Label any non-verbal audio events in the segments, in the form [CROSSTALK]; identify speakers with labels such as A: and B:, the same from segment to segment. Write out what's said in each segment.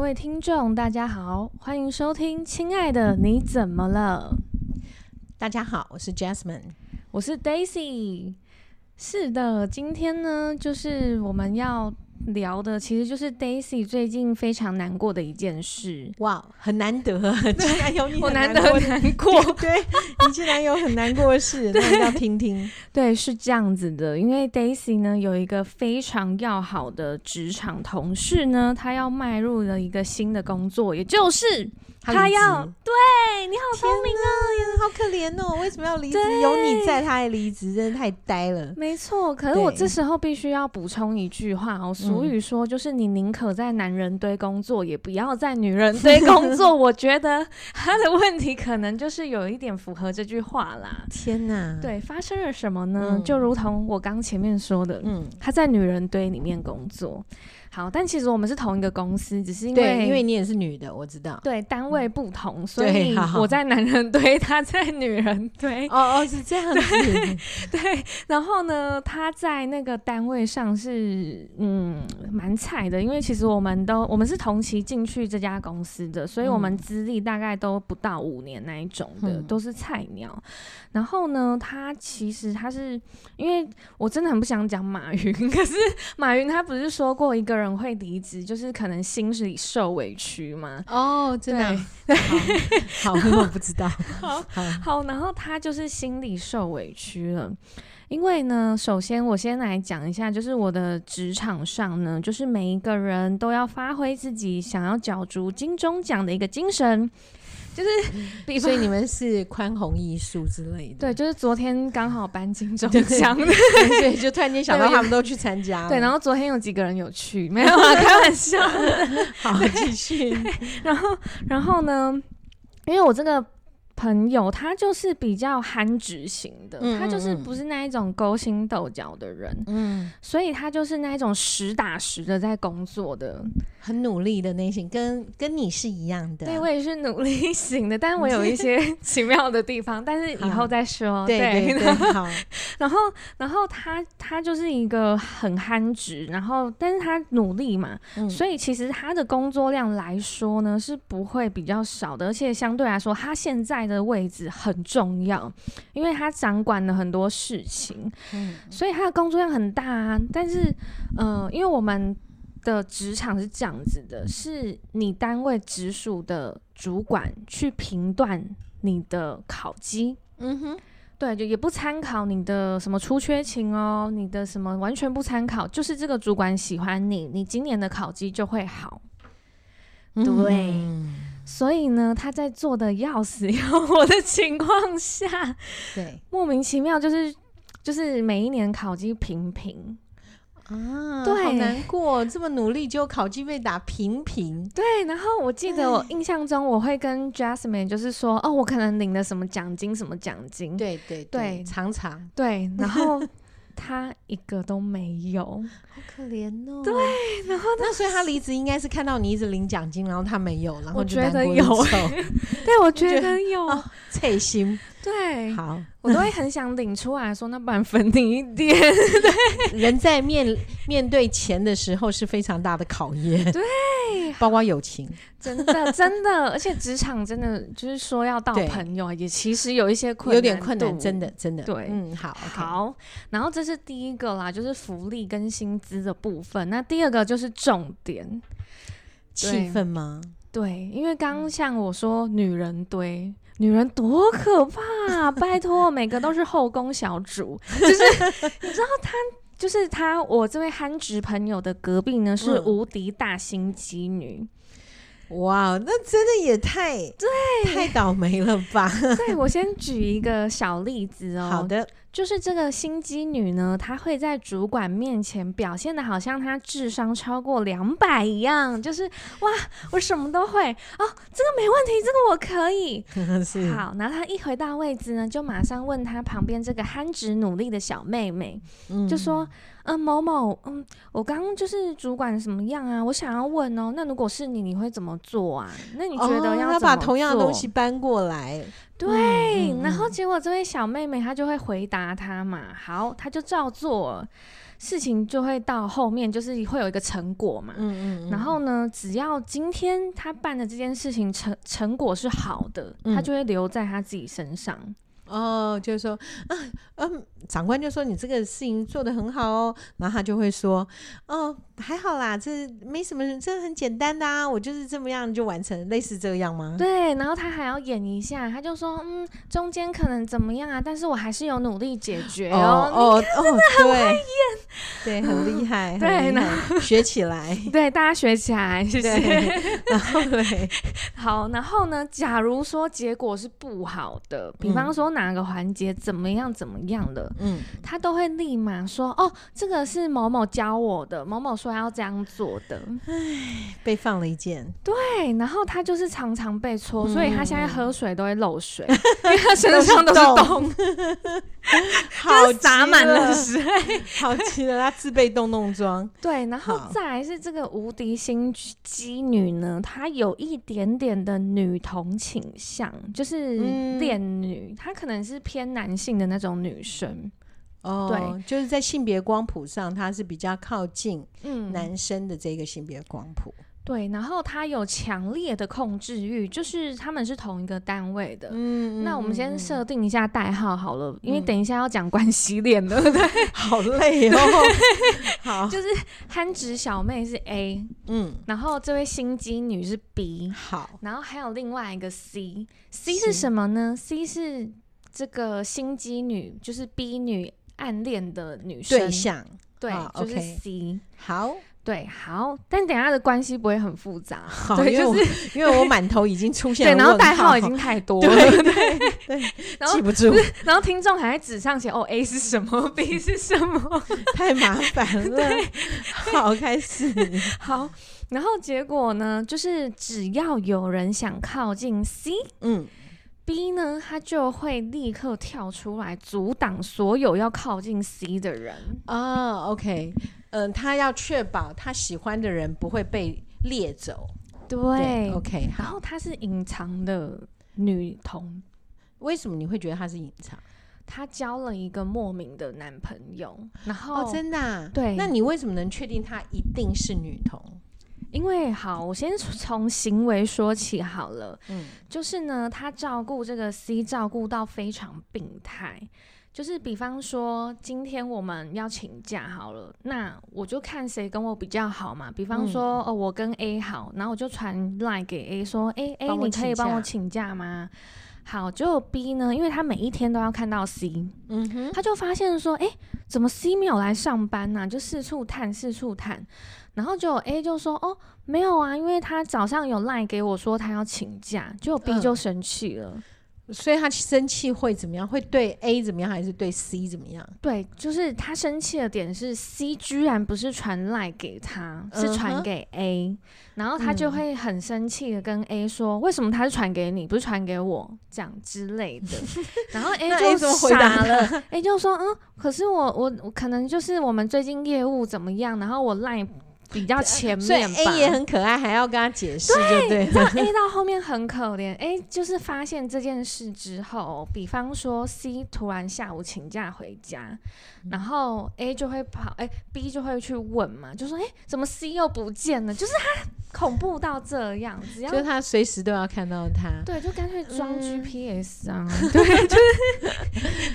A: 位听众，大家好，欢迎收听《亲爱
B: 嗯
A: 的你怎么了》，
B: 大家好，我是 Jasmine。
A: 我是 Daisy。是的，今天呢，就是我们要聊的，其实就是 Daisy 最近非常难过的一件事。
B: 哇，很难得， [LAUGHS] 竟然有你
A: 我
B: 很
A: 难
B: 难
A: 得
B: 过的，
A: 难过，
B: [LAUGHS] 对你竟然有很难过
A: [LAUGHS]
B: 的事，那我们要听听。
A: 对，是这样子的，因为 Daisy 呢有一个非常要好的职场同事呢，她要迈入了一个新的工作，也就是她
B: 离职
A: 要对你好聪
B: 天
A: 明，啊
B: 哪，好可怜哦！为什么要离职？有你在，他还离职，真的太呆了。
A: 没错。可是我
B: 对
A: 这时候必须要补充一句话哦，俗
B: 嗯
A: 语说就是你宁可在男人堆工作，也不要在女人堆工
B: [LAUGHS]
A: 作。我觉得她的问题可能就是有一点符合这句话啦。
B: 天哪，，
A: 对，发生了什么呢？
B: 嗯
A: 就如同我刚前面说的，
B: 嗯，
A: 他在女人堆里面工作。好，但其实我们是同一个公司，只是因为
B: 对，因为你也是女的，我知道。
A: 对单位不同，所
B: 对
A: 以
B: 好好
A: 我在男人堆，他在女人堆。
B: 哦哦，是这样子，
A: [LAUGHS] 对，然后呢，他在那个单位上是嗯蛮菜的，因为其实我们都我们是同期进去这家公司的，所以我们
B: 嗯
A: 资历大概都不到五年那一种的，
B: 嗯
A: 都是菜鸟。然后呢，他其实他是因为我真的很不想讲马云， [LAUGHS] 可是马云他不是说过一个人会离职，就是可能心里受委屈吗？
B: 哦，真的啊，
A: [LAUGHS]
B: 好，好我不知道，好，
A: 好，然后他就是心里受委屈了，因为呢，首先我先来讲一下，就是我的职场上呢，就是每一个人都要发挥自己想要角逐金钟奖的一个精神，就是比
B: 嗯所
A: 方
B: 以你们是宽宏艺术之类的
A: 对，，就是昨天刚好颁金钟
B: 对
A: 奖的，
B: 所 [LAUGHS] 以就突然间想到他们都去参加了，
A: 对，然后昨天有几个人有去，没有
B: [LAUGHS]
A: 啊，开玩笑。
B: 好，继
A: [LAUGHS]
B: 续。
A: 然后，然后呢，因为我这个朋友他就是比较憨直型的，
B: 嗯
A: 他就是
B: 嗯嗯
A: 不是那一种勾心斗角的人，
B: 嗯，
A: 所以他就是那一种实打实的在工作的。
B: 很努力的内心，跟跟你是一样的。
A: 对我也是努力 [LAUGHS] 型的，但我有一些 [LAUGHS] 奇妙的地方，但是以后
B: 好
A: 再说。
B: 对对对，
A: [LAUGHS]
B: 好，
A: 然后，然后他他就是一个很憨直，然后但是他努力嘛，
B: 嗯
A: 所以其实他的工作量来说呢是不会比较少的，而且相对来说，他现在的位置很重要，因为他掌管了很多事情，
B: 嗯
A: 所以他的工作量很大啊。但是，呃，因为我们的职场是这样子的，是你单位直属的主管去评断你的考绩，
B: 嗯哼，
A: 对，就也不参考你的什么出缺勤哦，你的什么完全不参考，就是这个主管喜欢你，你今年的考绩就会好。对
B: 嗯
A: 所以呢，他在做的要死要活的情况下，
B: 对
A: 莫名其妙就是就是每一年考绩平平，
B: 啊，
A: 对
B: 好难过，这么努力，结果考绩被打平平。
A: 对，然后我记得我印象中，我会跟 Jasmine 就是说，哦，我可能领了什么奖金，什么奖金，
B: 对对
A: 对
B: 常常
A: 对，然后他一个都没
B: [LAUGHS]
A: 有，
B: 好可怜哦。对，然后那所以他离职应该是看到你一直领奖金，然后他没有，然后
A: 我
B: 就
A: 觉
B: 难
A: 得
B: 过
A: 有
B: 一臭
A: 对我觉
B: 觉
A: 得有，
B: 哦 [LAUGHS] 脆心。
A: 对
B: 好，
A: 我都会很想领出来说，那不然分你一
B: [LAUGHS]
A: 点，
B: 人在面面对钱的时候是非常大的考验，对，包括友情。
A: 真的真的，而且职场真的就是说要到
B: 对
A: 朋友，也其实有一些困难，
B: 有点困难，真。的真的。
A: 对
B: 嗯，好，
A: 好，然后这是第一个啦，就是福利跟薪资的部分。那第二个就是重点，
B: 气氛吗？
A: 对，因为
B: 嗯
A: 刚刚像我说，女人堆，女人多可怕、啊！拜托，每个都是后宫小主，就是 [LAUGHS] 你知道她，就是她，我这位憨直朋友的隔壁呢是
B: 嗯
A: 无敌大心机女，
B: 哇，那真的也太对，太倒霉了
A: [LAUGHS]
B: 吧？
A: 对我先举一个小例子哦，
B: 好的， [LAUGHS]
A: 就是这个心机女呢，她会在主管面前表现的好像她智商超过两百一样，就是哇，我什么都会哦，这个没问题，这个我可以。
B: 是
A: 好，然后她一回到位置呢，就马上问她旁边这个憨直努力的小妹妹，
B: 嗯
A: 就说：“嗯、某某，嗯，我刚刚就是主管什么样啊？我想要问哦，那如果是你，你会怎么做啊？那你觉得
B: 哦
A: 要、
B: 他
A: 怎
B: 把
A: 么
B: 同样的
A: 做
B: 东西搬过来，
A: 对，
B: 嗯嗯
A: 然后结果这位小妹妹她就会回答他嘛，好，她就照做了，事情就会到后面就是会有一个成果嘛。
B: 嗯
A: 然后呢，只要今天她办的这件事情成成果是好的，
B: 嗯
A: 她就会留在她自己身上。
B: 哦，就是说啊，嗯，长官就说你这个事情做得很好哦，然后他就会说，哦，还好啦，这没什么，这很简单的啊，我就是这么样就完成，类似这样吗？
A: 对，然后她还要演一下，她就说，嗯，中间可能怎么样啊，但是我还是有努力解决哦。你
B: 哦哦，对，对，很厉害，很
A: [LAUGHS] 对
B: 厉害，学起
A: [LAUGHS]
B: 来，
A: 对，大家学起来，谢谢。
B: 对， [LAUGHS] 然后对，
A: [LAUGHS] 好，然后呢？假如说结果是不好的，比
B: 嗯
A: 方说哪个环节怎么样怎么样的，
B: 嗯，
A: 他都会立马说：“哦，这个是某某教我的，某某说要这样做的。
B: 被放了
A: [LAUGHS]
B: 一箭，”
A: 对，然后他就是常常被戳，所以他现在
B: 嗯
A: 喝水都会漏水，因为他身上都是洞， [LAUGHS]
B: 好
A: 洒满了
B: 极
A: 水。
B: [LAUGHS] 好极了，他自备洞洞
A: [LAUGHS]
B: 装，
A: 对，然后
B: 好
A: 再来是这个无敌心机女呢，她有一点点的女同倾向，就是
B: 嗯
A: 恋女，她可能是偏男性的那种女生。
B: 哦，
A: 对，
B: 就是在性别光谱上，他是比较靠近
A: 嗯，
B: 男生的这个性别光谱，
A: 对，然后她有强烈的控制欲，就是他们是同一个单位的。
B: 嗯
A: 那我们先
B: 设。
A: 设定一下代号好了，因为
B: 嗯
A: 等一下要讲关系链了，对 [LAUGHS] 不对？
B: 好
A: [LAUGHS]
B: 累哦。好，
A: 就是憨直小妹是 A，
B: 嗯，
A: 然后这位心机女是 B，
B: 好，
A: 然后还有另外一个 C，C 是
B: 是
A: 什么呢？C 是这个心机女，就是 B 女暗恋的女生
B: 对象
A: 对
B: 啊
A: 就是
B: OK
A: C。
B: 好，
A: 对，好，但等一下的关系不会很复杂，
B: 好，
A: 对
B: 因为
A: 就
B: 我因为我满头已经出现
A: 对，
B: 了
A: 然后
B: 问
A: 代号已经太多了，
B: [LAUGHS] 对对对，
A: 然后
B: 记不住，
A: [LAUGHS] 然后听众还在纸上写哦，A 是什么，B [LAUGHS] 是什么。 [LAUGHS]
B: 太麻烦了。好，开始，
A: 好，然后结果呢，就是只要有人想靠近 C。
B: 嗯，
A: B 呢，他就会立刻跳出来阻挡所有要靠近 C 的人。
B: 啊，OK，嗯，他要确保他喜欢的人不会被猎走。对，OK，
A: 然
B: 好。
A: 后她是隐藏的女童，
B: 为什么你会觉得他是隐藏？
A: 她交了一个莫名的男朋友，然后、
B: 哦，真的啊。
A: 对
B: 那你为什么能确定他一定是女童？
A: 因为好，我先从行为说起好了。
B: 嗯
A: 就是呢，他照顾这个 C 照顾到非常病态。就是比方说，今天我们要请假好了，那我就看谁跟我比较好嘛。比
B: 嗯
A: 方说，哦，我跟 A 好，然后我就传 line 给 A 说，哎、a
B: 帮我
A: 你可以
B: 请假
A: 帮我请假吗？好，就 B 呢，因为他每一天都要看到 C，
B: 嗯哼，
A: 他就发现说，哎、怎么 C 没有来上班呢、就四处探，四处探。然后就 A 就说，哦，没有啊，因为他早上有赖给我说他要请假，结果 B
B: 嗯
A: 就生气了。
B: 所以他生气会怎么样？会对 A 怎么样，还是对 C 怎么样？
A: 对，就是他生气的点是 C 居然不是传赖给他，是
B: 嗯
A: 传
B: 哼
A: 给 A，、然后他就
B: 嗯
A: 会很生气的跟 A 说，为什么他是传给你，不是传给我，这样之类的。
B: [LAUGHS]
A: 然后 A
B: 那 A
A: 就
B: 怎么回答
A: 傻了，A 就说，嗯，可是我我我可能就是我们最近业务怎么样，然后我赖比较前
B: 所以
A: 面吧。
B: A 也很可爱，还要跟他解释，就对
A: 到
B: [LAUGHS] 了。
A: A 到后面很可怜，A 就是发现这件事之后，比方说 C 突然下午请假回家，
B: 嗯
A: 然后 A 就会跑，哎、b 就会去问嘛，就说哎、怎么 C 又不见了？就是他恐怖到这样，只要
B: [LAUGHS] 就是他随时都要看到他，
A: 对，就干脆装
B: 嗯
A: GPS
B: [LAUGHS]
A: 啊，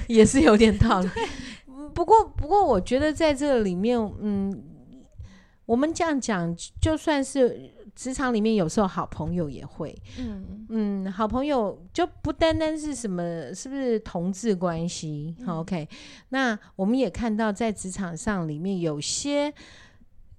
B: 也是有点道理。嗯不过，不过，我觉得在这里面，嗯，我们这样讲，就算是职场里面，有时候好朋友也会，
A: 嗯，
B: 嗯，好朋友就不单单是什么，是不是同志关系、好 o k 那我们也看到在职场上里面有些。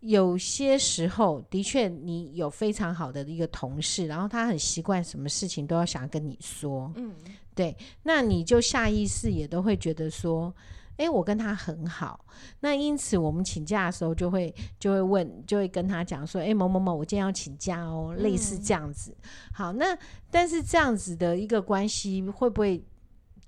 B: 有些时候，的确，你有非常好的一个同事，然后他很习惯什么事情都要想要跟你说，
A: 嗯，
B: 对，那你就下意识也都会觉得说，诶，我跟他很好。那因此我们请假的时候就会就会问，就会跟他讲说，诶，某某某，我今天要请假哦，类似
A: 嗯
B: 这样子。好，那但是这样子的一个关系会不会？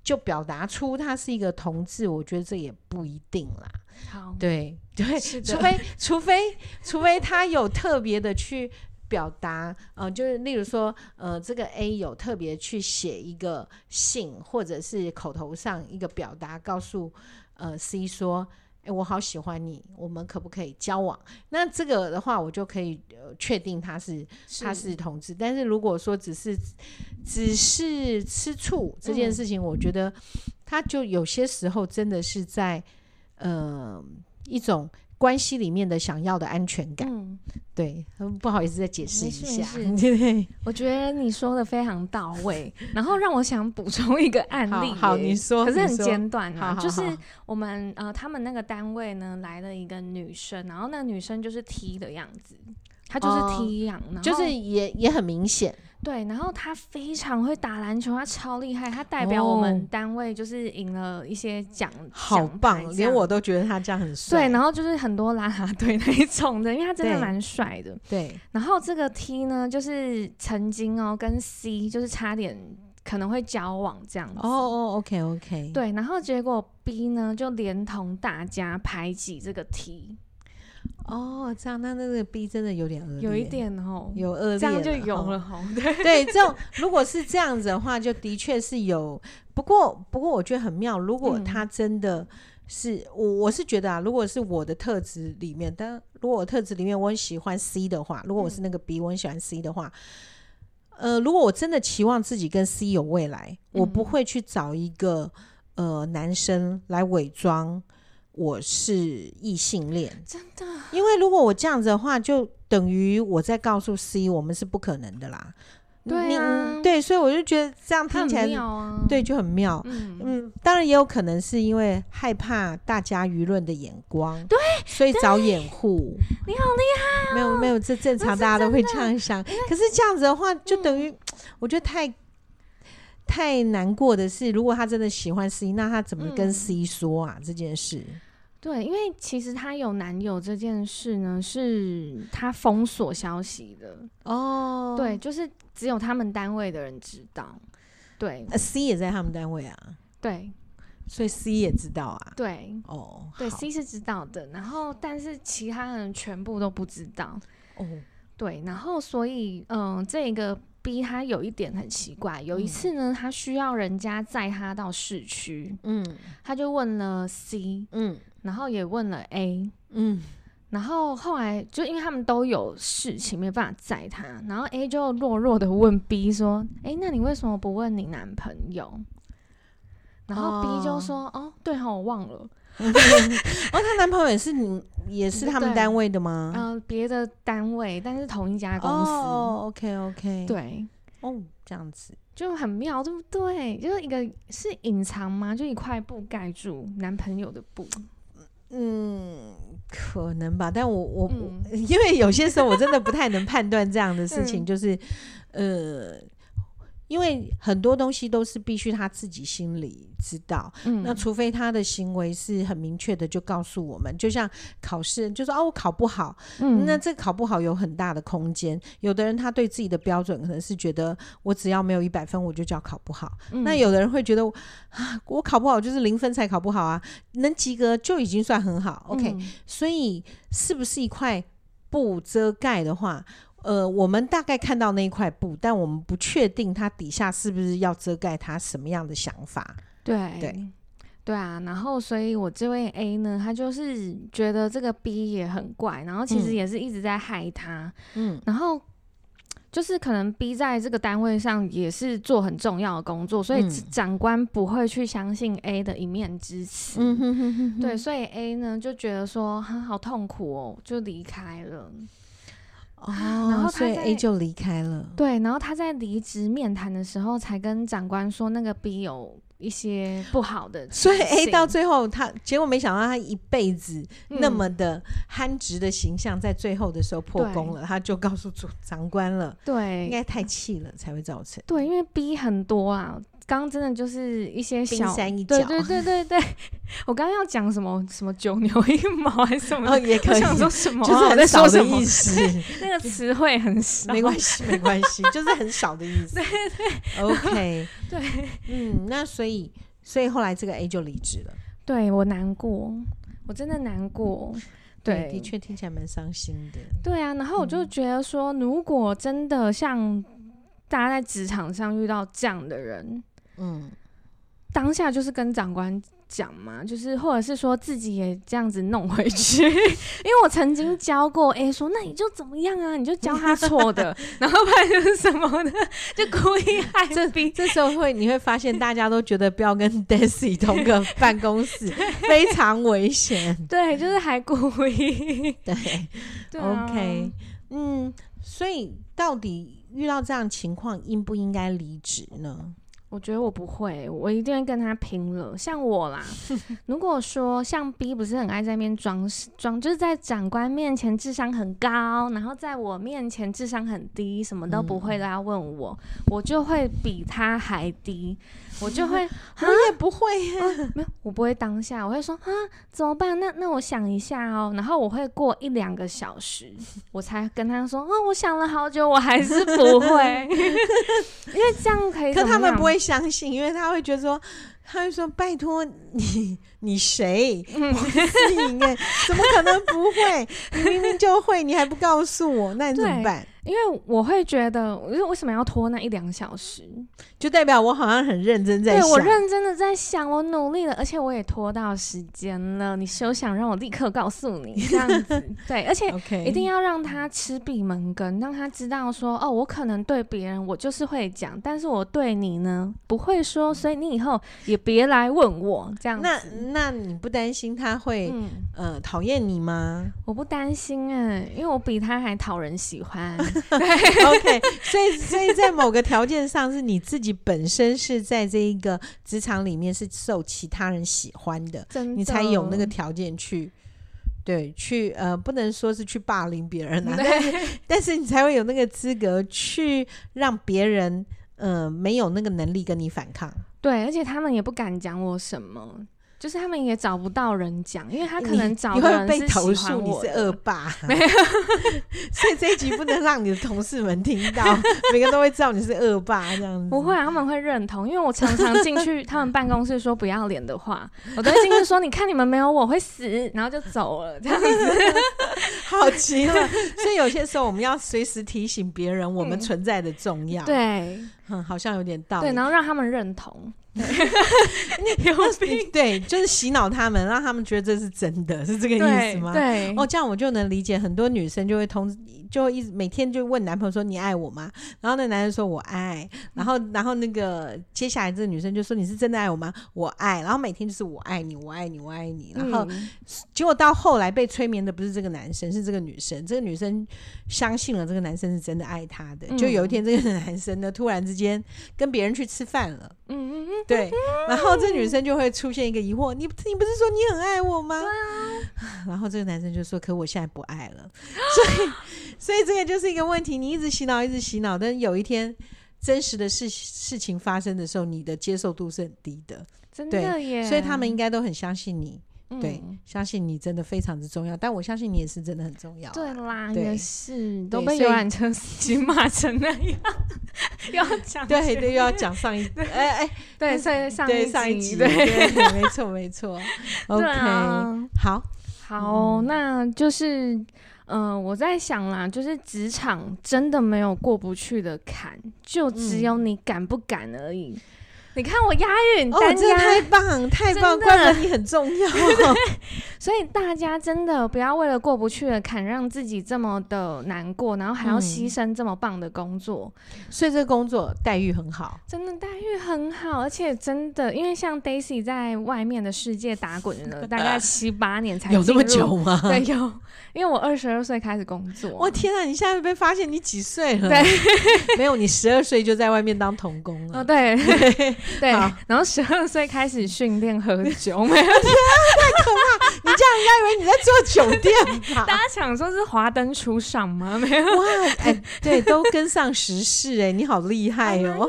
B: 就表达出他是一个同志，我觉得这也不一定啦。
A: 好，
B: 对对，
A: 是的
B: 除非除非除非他有特别的去表达，呃，就是例如说，呃，这个 A 有特别去写一个信，或者是口头上一个表达，告诉呃 C 说。哎、我好喜欢你，我们可不可以交往？那这个的话，我就可以、呃、确定他是他
A: 嗯
B: 是同志。但是如果说只是只是吃醋
A: 嗯
B: 这件事情，我觉得他就有些时候真的是在呃一种关系里面的想要的安全感。
A: 嗯，
B: 对，嗯不好意思，再解释一
A: 没事
B: 下，
A: 没
B: [LAUGHS] 对，
A: 我觉得你说的非常到位，然后让我想补充一个案
B: 好
A: 例耶。
B: 好，你说，
A: 可是很
B: 你说，
A: 简短
B: 好
A: 啊，
B: 好
A: 就是
B: 好
A: 我们呃，他们那个单位呢来了一个女生，然后那个女生就是 T 的样子，她就
B: 哦
A: 是 T 样，然后
B: 就是也也很明显，
A: 对，然后她非常会打篮球，她超厉害，她代表我们
B: 哦
A: 单位就是赢了一些奖，
B: 好
A: 奖牌
B: 棒，
A: 这
B: 连
A: 样
B: 我都觉得他这样很帅
A: 对，，然后就是很多啦啦队那一种的，因为他真的
B: 对
A: 蛮帅
B: [LAUGHS]
A: 的。
B: 对，
A: 然后这个 T 呢，就是曾经哦跟 C 就是差点可能会交往这样子。
B: 哦哦，OK OK，，
A: 对，然后结果 B 呢就连同大家排挤这个 T，
B: 哦，这样那那个 B 真的有点恶劣，
A: 有一点哦，
B: 有恶劣了，
A: 这样就有
B: 哦
A: 了哦。
B: [LAUGHS]
A: 对， [LAUGHS]
B: 对，这种如果是这样子的话，就的确是有。不过，不过我觉得很妙。如果
A: 嗯
B: 他真的是、我，我是觉得啊，如果是我的特质里面，但如果我特质里面我很喜欢 C 的话，如果我
A: 嗯
B: 是那个 B，、我很喜欢 C 的话，呃，如果我真的期望自己跟 C 有未来，我不
A: 嗯
B: 会去找一个呃男生来伪装我是异性恋。
A: 真的，
B: 因为如果我这样子的话，就等于我在告诉 C 我们是不可能的啦。
A: 对啊
B: 你对，所以我就觉得这样
A: 他
B: 听起
A: 很
B: 来
A: 妙啊。，
B: 对就很妙。
A: 嗯，
B: 嗯，当然也有可能是因为害怕大家舆论的眼光，对，所以找掩护。
A: 你好厉害哦。
B: 没有没有，这正常，大家都会这样想。可是这样子的话，就等于、 [CLEARS THROAT] 我觉得太太难过的是，如果他真的喜欢 C，那他怎么跟
A: 嗯
B: C 说啊、这件事？
A: 对，因为其实她有男友这件事呢，是她封锁消息的。
B: 哦，
A: 对，就是只有他们单位的人知道。对
B: 呃，C 也在他们单位啊，
A: 对
B: 所以 C 也知道啊。
A: 对
B: 哦，
A: 对
B: 好
A: ，C 是知道的，然后但是其他人全部都不知道。
B: 哦，
A: 对，然后所以嗯，这个 B 他有一点很奇怪，
B: 嗯
A: 有一次呢，他需要人家载他到市区，
B: 嗯
A: 他就问了 C，
B: 嗯
A: 然后也问了 A。
B: 嗯，
A: 然后后来就因为他们都有事情没办法载他，然后 A 就弱弱的问 B 说：“哎，那你为什么不问你男朋友？”然后 B 就说：“哦，对哦，我忘了，
B: 哦，她男朋友也是你，也是他们
A: 对
B: 单位的吗？
A: 嗯、别的单位，但是同一家公司，
B: 哦，OK OK，，
A: 对，
B: 哦，这样子，
A: 就很妙，对不对？就是一个是隐藏吗？就一块布盖住男朋友的布，
B: 嗯，可能吧，但我我、
A: 嗯
B: 我，因为有些时候我真的不太能判断这样的事
A: [LAUGHS]
B: 情，
A: 嗯
B: 就是，呃。因为很多东西都是必须他自己心里知道，
A: 嗯，
B: 那除非他的行为是很明确的，就告诉我们，就像考试，就说哦，我考不好，
A: 嗯
B: 那这考不好有很大的空间。有的人他对自己的标准可能是觉得我只要没有一百分，我就叫考不好。那
A: 嗯
B: 有的人会觉得啊，我考不好就是零分才考不好啊，能及格就已经算很好。OK，、
A: 嗯
B: 所以是不是一块布遮盖的话？呃，我们大概看到那一块布，但我们不确定它底下是不是要遮盖他什么样的想法。
A: 对
B: 对
A: 对啊，然后所以我这位 A 呢，他就是觉得这个 B 也很怪，然后其实
B: 嗯
A: 也是一直在害他，
B: 嗯，
A: 然后。就是可能 B 在这个单位上也是做很重要的工作，所以
B: 嗯
A: 长官不会去相信 A 的一面之词。
B: 嗯哼哼哼哼
A: 对，所以 A 呢就觉得说哈好痛苦哦，就离开了。
B: 嗯哦，
A: 后
B: 所
A: 他
B: 以
A: 在
B: A 就离开了。
A: 对，然后他在离职面谈的时候才跟长官说那个 B 有一些不好的情
B: 所
A: 形，
B: 以 A 到最后他，结果没想到他一辈子
A: 嗯
B: 那么的憨直的形象，在最后的时候破功了，他就告诉主长官了，应
A: 对嗯
B: 该太气了才会造成。
A: 对，因为 B 很多啊，刚刚真的就是一些
B: 冰
A: 小
B: 山一
A: 对
B: 角
A: 对对对对， [LAUGHS] 我刚刚要讲什么什么九牛一毛还是什么的，
B: 哦，也
A: 我
B: 可以，
A: 想说什么啊、
B: 就是
A: 我在说
B: 很少
A: 什
B: 的
A: 么
B: 意，思，
A: [LAUGHS] 那个词汇很少，
B: 没关系，没关系，就是很少
A: [LAUGHS]
B: 的意思。对对，OK，
A: 对，
B: 嗯，那所以，所以后来这个 A 就离职了。
A: 对我难过，我真的难过。
B: 嗯对，
A: 对
B: 的确嗯听起来蛮伤心的。
A: 对啊，然后我就觉得说，如果真的像大家在职场上遇到这样的人，
B: 嗯，
A: 当下就是跟长官讲嘛，就是或者是说自己也这样子弄回去，因 [LAUGHS] 为我曾经教过 A 说，那你就怎么样啊，你就教他错的，然后不然就是什么的，就故意害逼。
B: 这时候会你会发现，大家都觉得不要跟 [LAUGHS] Daisy 同个办公
A: [LAUGHS]
B: 室，非常危险。
A: [LAUGHS] 对，就是还故意。 [LAUGHS]
B: 对
A: 对啊
B: o k 嗯，所以到底遇到这样情况，应不应该离职呢？
A: 我觉得我不会，我一定会跟他拼了。像我
B: [LAUGHS]
A: 啦，如果说像 B 不是很爱在那边装装，就是在长官面前智商很高，然后在我面前智商很低，什么都不
B: 嗯
A: 会都要问我，我就会比他还低，我就
B: [LAUGHS]
A: 会
B: 我也不会耶，
A: 没有，我不会当下，我会说啊怎么办？那那我想一下哦，然后我会过一两个小时，我才跟他说啊，我想了好久，我还是不
B: [LAUGHS]
A: 会，因为这样可以怎
B: 可
A: 么样。
B: 他们不会相信，因为他会觉得说，他会说：“拜托你， [LAUGHS] 你谁？
A: 嗯
B: 王思
A: [LAUGHS]
B: 颖哎，怎么可能不会？你明明就会，你还不告诉我，那你怎么
A: 对
B: 办？
A: 因为我会觉得，我就为什么要拖那一两小时？
B: 就代表我好像很认真在
A: 对
B: 想。
A: 我认真的在想，我努力了，而且我也拖到时间了。你休想让我立刻告诉你这样子。
B: [LAUGHS]
A: 对，而且
B: OK，
A: 一定要让他吃闭门羹，让他知道说，哦，我可能对别人我就是会讲，但是我对你呢不会说，所以你以后也别来问我这样子。
B: 那那你不担心他会、
A: 嗯，
B: 呃讨厌你吗
A: 我不担心哎、因为我比他还讨人喜
B: [LAUGHS]
A: 欢。 [LAUGHS]
B: ？OK，所以所以在某个条件上，是你自己本身是在这一个职场里面是受其他人喜欢的，
A: 真的，
B: 你才有那个条件去。对，去呃，不能说是去霸凌别
A: [LAUGHS]
B: 人啊，但
A: 对
B: 但是你才会有那个资格去让别人呃没有那个能力跟你反抗。
A: 对，而且他们也不敢讲我什么，就是他们也找不到人讲，因为他可能
B: 你
A: 找
B: 你
A: 的
B: 会
A: 人
B: 被
A: 喜
B: 投
A: 欢
B: 诉你
A: 我
B: 是
A: 的
B: 恶霸，没有， [LAUGHS] 所以这一集不能让你的同事们听到，每个都会知道你是恶霸这样子。
A: 不会、啊，他们会认同，因为我常常进去他们办公室说不要脸的话，我都会进去说你看你们没有我会死，然后就走了这样子。
B: 好极了。所以有些时候我们要随时提醒别人我们存在的重要。，
A: 嗯对
B: 嗯，好像有点道理
A: 对，。然后让他们认同。 [LAUGHS] 有
B: 对，对，就是洗脑他们，让他们觉得这是真的，是这个意
A: [LAUGHS]
B: 思
A: 对
B: 吗？
A: 对
B: 哦，这样我就能理解，很多女生就会通，就会一直每天就问男朋友说你爱我吗？然后那男人说我爱，然后然后那个接下来这个女生就说你是真的爱我吗？我爱，然后每天就是我爱你，我爱你，我爱你，然后、
A: 嗯
B: 结果到后来被催眠的不是这个男生，是这个女生，这个女生相信了这个男生是真的爱她的，就有一天这个男生呢突然之间跟别人去吃饭了。
A: 嗯嗯嗯，
B: [LAUGHS] 对，然后这女生就会出现一个疑惑：你你不是说你很爱我吗？啊 [LAUGHS] 然后这个男生就说：可我现在不爱了。 [LAUGHS] 所以，所以这个就是一个问题，你一直洗脑，一直洗脑，但有一天真实的事事情发生的时候，你的接受度是很低的，
A: 真
B: 对啊
A: 的耶。
B: 所以他们应该都很相信你，对
A: 嗯，
B: 相信你真的非常之重要。但我相信你也是真的很重要啊、
A: 对啦，
B: 对
A: 也是都
B: 对
A: 被
B: 所
A: 游
B: 以
A: 览车 [LAUGHS] 司机骂成那样，要讲
B: 对
A: 谁
B: [LAUGHS] 对，又要讲上一哎哎，
A: 对，所以上
B: 对
A: 集
B: 上一集，
A: 对
B: 对，没错没 [LAUGHS] 错，OK，、嗯
A: 对啊
B: 好，
A: 好，那就是，嗯、我在想啦，就是职场真的没有过不去的坎，就
B: 嗯
A: 只有你敢不敢而已。你看我押韵，
B: 哦，
A: 单
B: 真的
A: 押，
B: 太棒，太棒，
A: 真的
B: 怪不得你很重 [LAUGHS] 要。
A: 所以大家真的不要为了过不去的坎，让自己这么的难过，然后还要
B: 嗯
A: 牺牲这么棒的工作。
B: 所以这个工作待遇很好，
A: 真的待遇很好，而且真的，因为像 Daisy 在外面的世界打滚
B: [LAUGHS]
A: 了大概七八年才
B: [LAUGHS] 有这么
A: 进入
B: 久？吗？ [LAUGHS]
A: 对，有，因为我二十二岁开始工作，
B: 我天啊！你现在被发现你几岁了？
A: 对，
B: [LAUGHS] 没有，你十二岁就在外面当童工
A: 哦，
B: 了。 [LAUGHS]
A: 对对
B: 好，
A: 然后十二岁开始训练喝
B: [LAUGHS]
A: 酒，没有，
B: 他以为你在做酒店吧？ [LAUGHS]
A: 大家想说是华灯初上吗？没有，
B: 哇，哎，对，都跟上时事哎，你好厉害哦！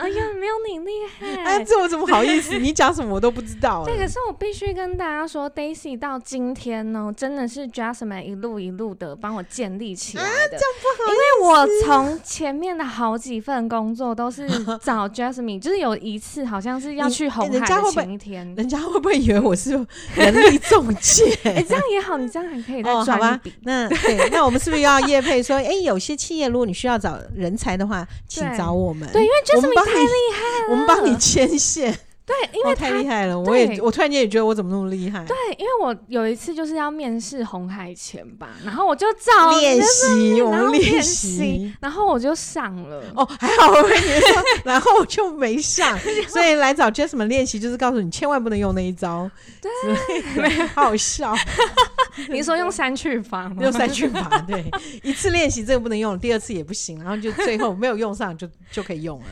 A: 哎呀，没有你厉害。
B: 哎，这我怎么好意思？你讲什么我都不知道
A: 对，
B: 了
A: 可是我必须跟大家说，Daisy 到今天呢，真的是 Jasmine 一路一路的帮我建立起
B: 啊
A: 来的。因为我从前面的好几份工作都是找 Jasmine，就是有一次好像是要
B: 你
A: 去
B: 哎
A: 红
B: 人
A: 海
B: 家
A: 的
B: 会不会
A: 前一天。
B: [LAUGHS] 人家会不会以为我是人力中 [LAUGHS]
A: 哎、
B: 介？
A: 这样也好，你这样还可以
B: 哦
A: 再赚
B: 好
A: 一
B: 吧
A: 笔。
B: 那对，那我们是不是要业配说，哎，有些企业如果你需要找人才的话，请
A: 对
B: 找我们。
A: 对，因为
B: 我们
A: Jasmine
B: 帮
A: 太
B: 你
A: 厉害了，
B: 我们帮你牵线，
A: 对，因
B: 哦
A: 为
B: 太
A: 他
B: 厉害了！
A: 对
B: 我也我突然间也觉得我怎么那么厉害？
A: 对，因为我有一次就是要面试红海前吧，然后我啊就找
B: 练习，我
A: 然后
B: 们
A: 练
B: 习
A: 习。，然后我就上了。
B: 哦，还好我跟你说，然后我就没
A: [LAUGHS]
B: 上，所以来找 Jasmine 练习，就是告诉你千万不能用那一招，对，好好笑，
A: 你说用删去法吗？
B: 用三句法，对，一次练习这个不能用，第二次也不行，然后就最后没有用上就就可以用了，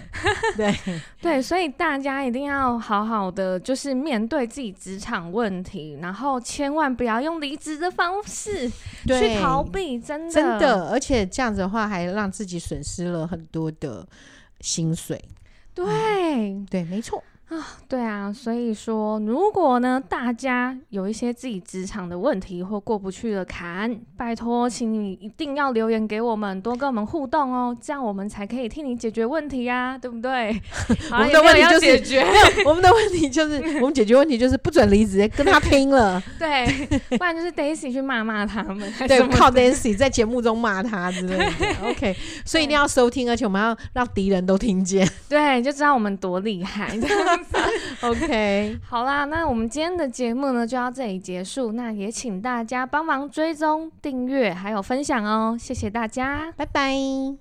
B: 对，
A: 对，所以大家一定要好好的，就是面对自己职场问题，然后千万不要用离职的方式 [LAUGHS] 去
B: 对
A: 逃避，真的
B: 真的，而且这样子的话还让自己损失了很多的薪水，
A: 对
B: 对，没 [LAUGHS] 错，
A: 对啊。所以说，如果呢大家有一些自己职场的问题或过不去的坎，拜托，请你一定要留言给我们，多跟我们互动哦，这样我们才可以替你解决问题呀、对不
B: [LAUGHS]
A: 对？好啦
B: 我们
A: 也没
B: 的
A: 有
B: 问题
A: 要
B: 就是
A: 解决， [LAUGHS]
B: 我们的问题 [LAUGHS] 就是，我们解决问题就是不准离职，跟他拼 [LAUGHS] 了。
A: 对，不然就是 Daisy 去骂骂他们，还是
B: 对
A: 我，们
B: 靠 Nancy 在节目中骂他之类 [LAUGHS] 的。OK，所以一定要收听，而且我们要让敌人都听见。
A: 对，就知道我们多厉害。 [LAUGHS] 这样
B: [LAUGHS] OK，
A: 好啦，那我们今天的节目呢就到这里结束。那也请大家帮忙追踪、订阅还有分享哦，谢谢大家。
B: 拜拜。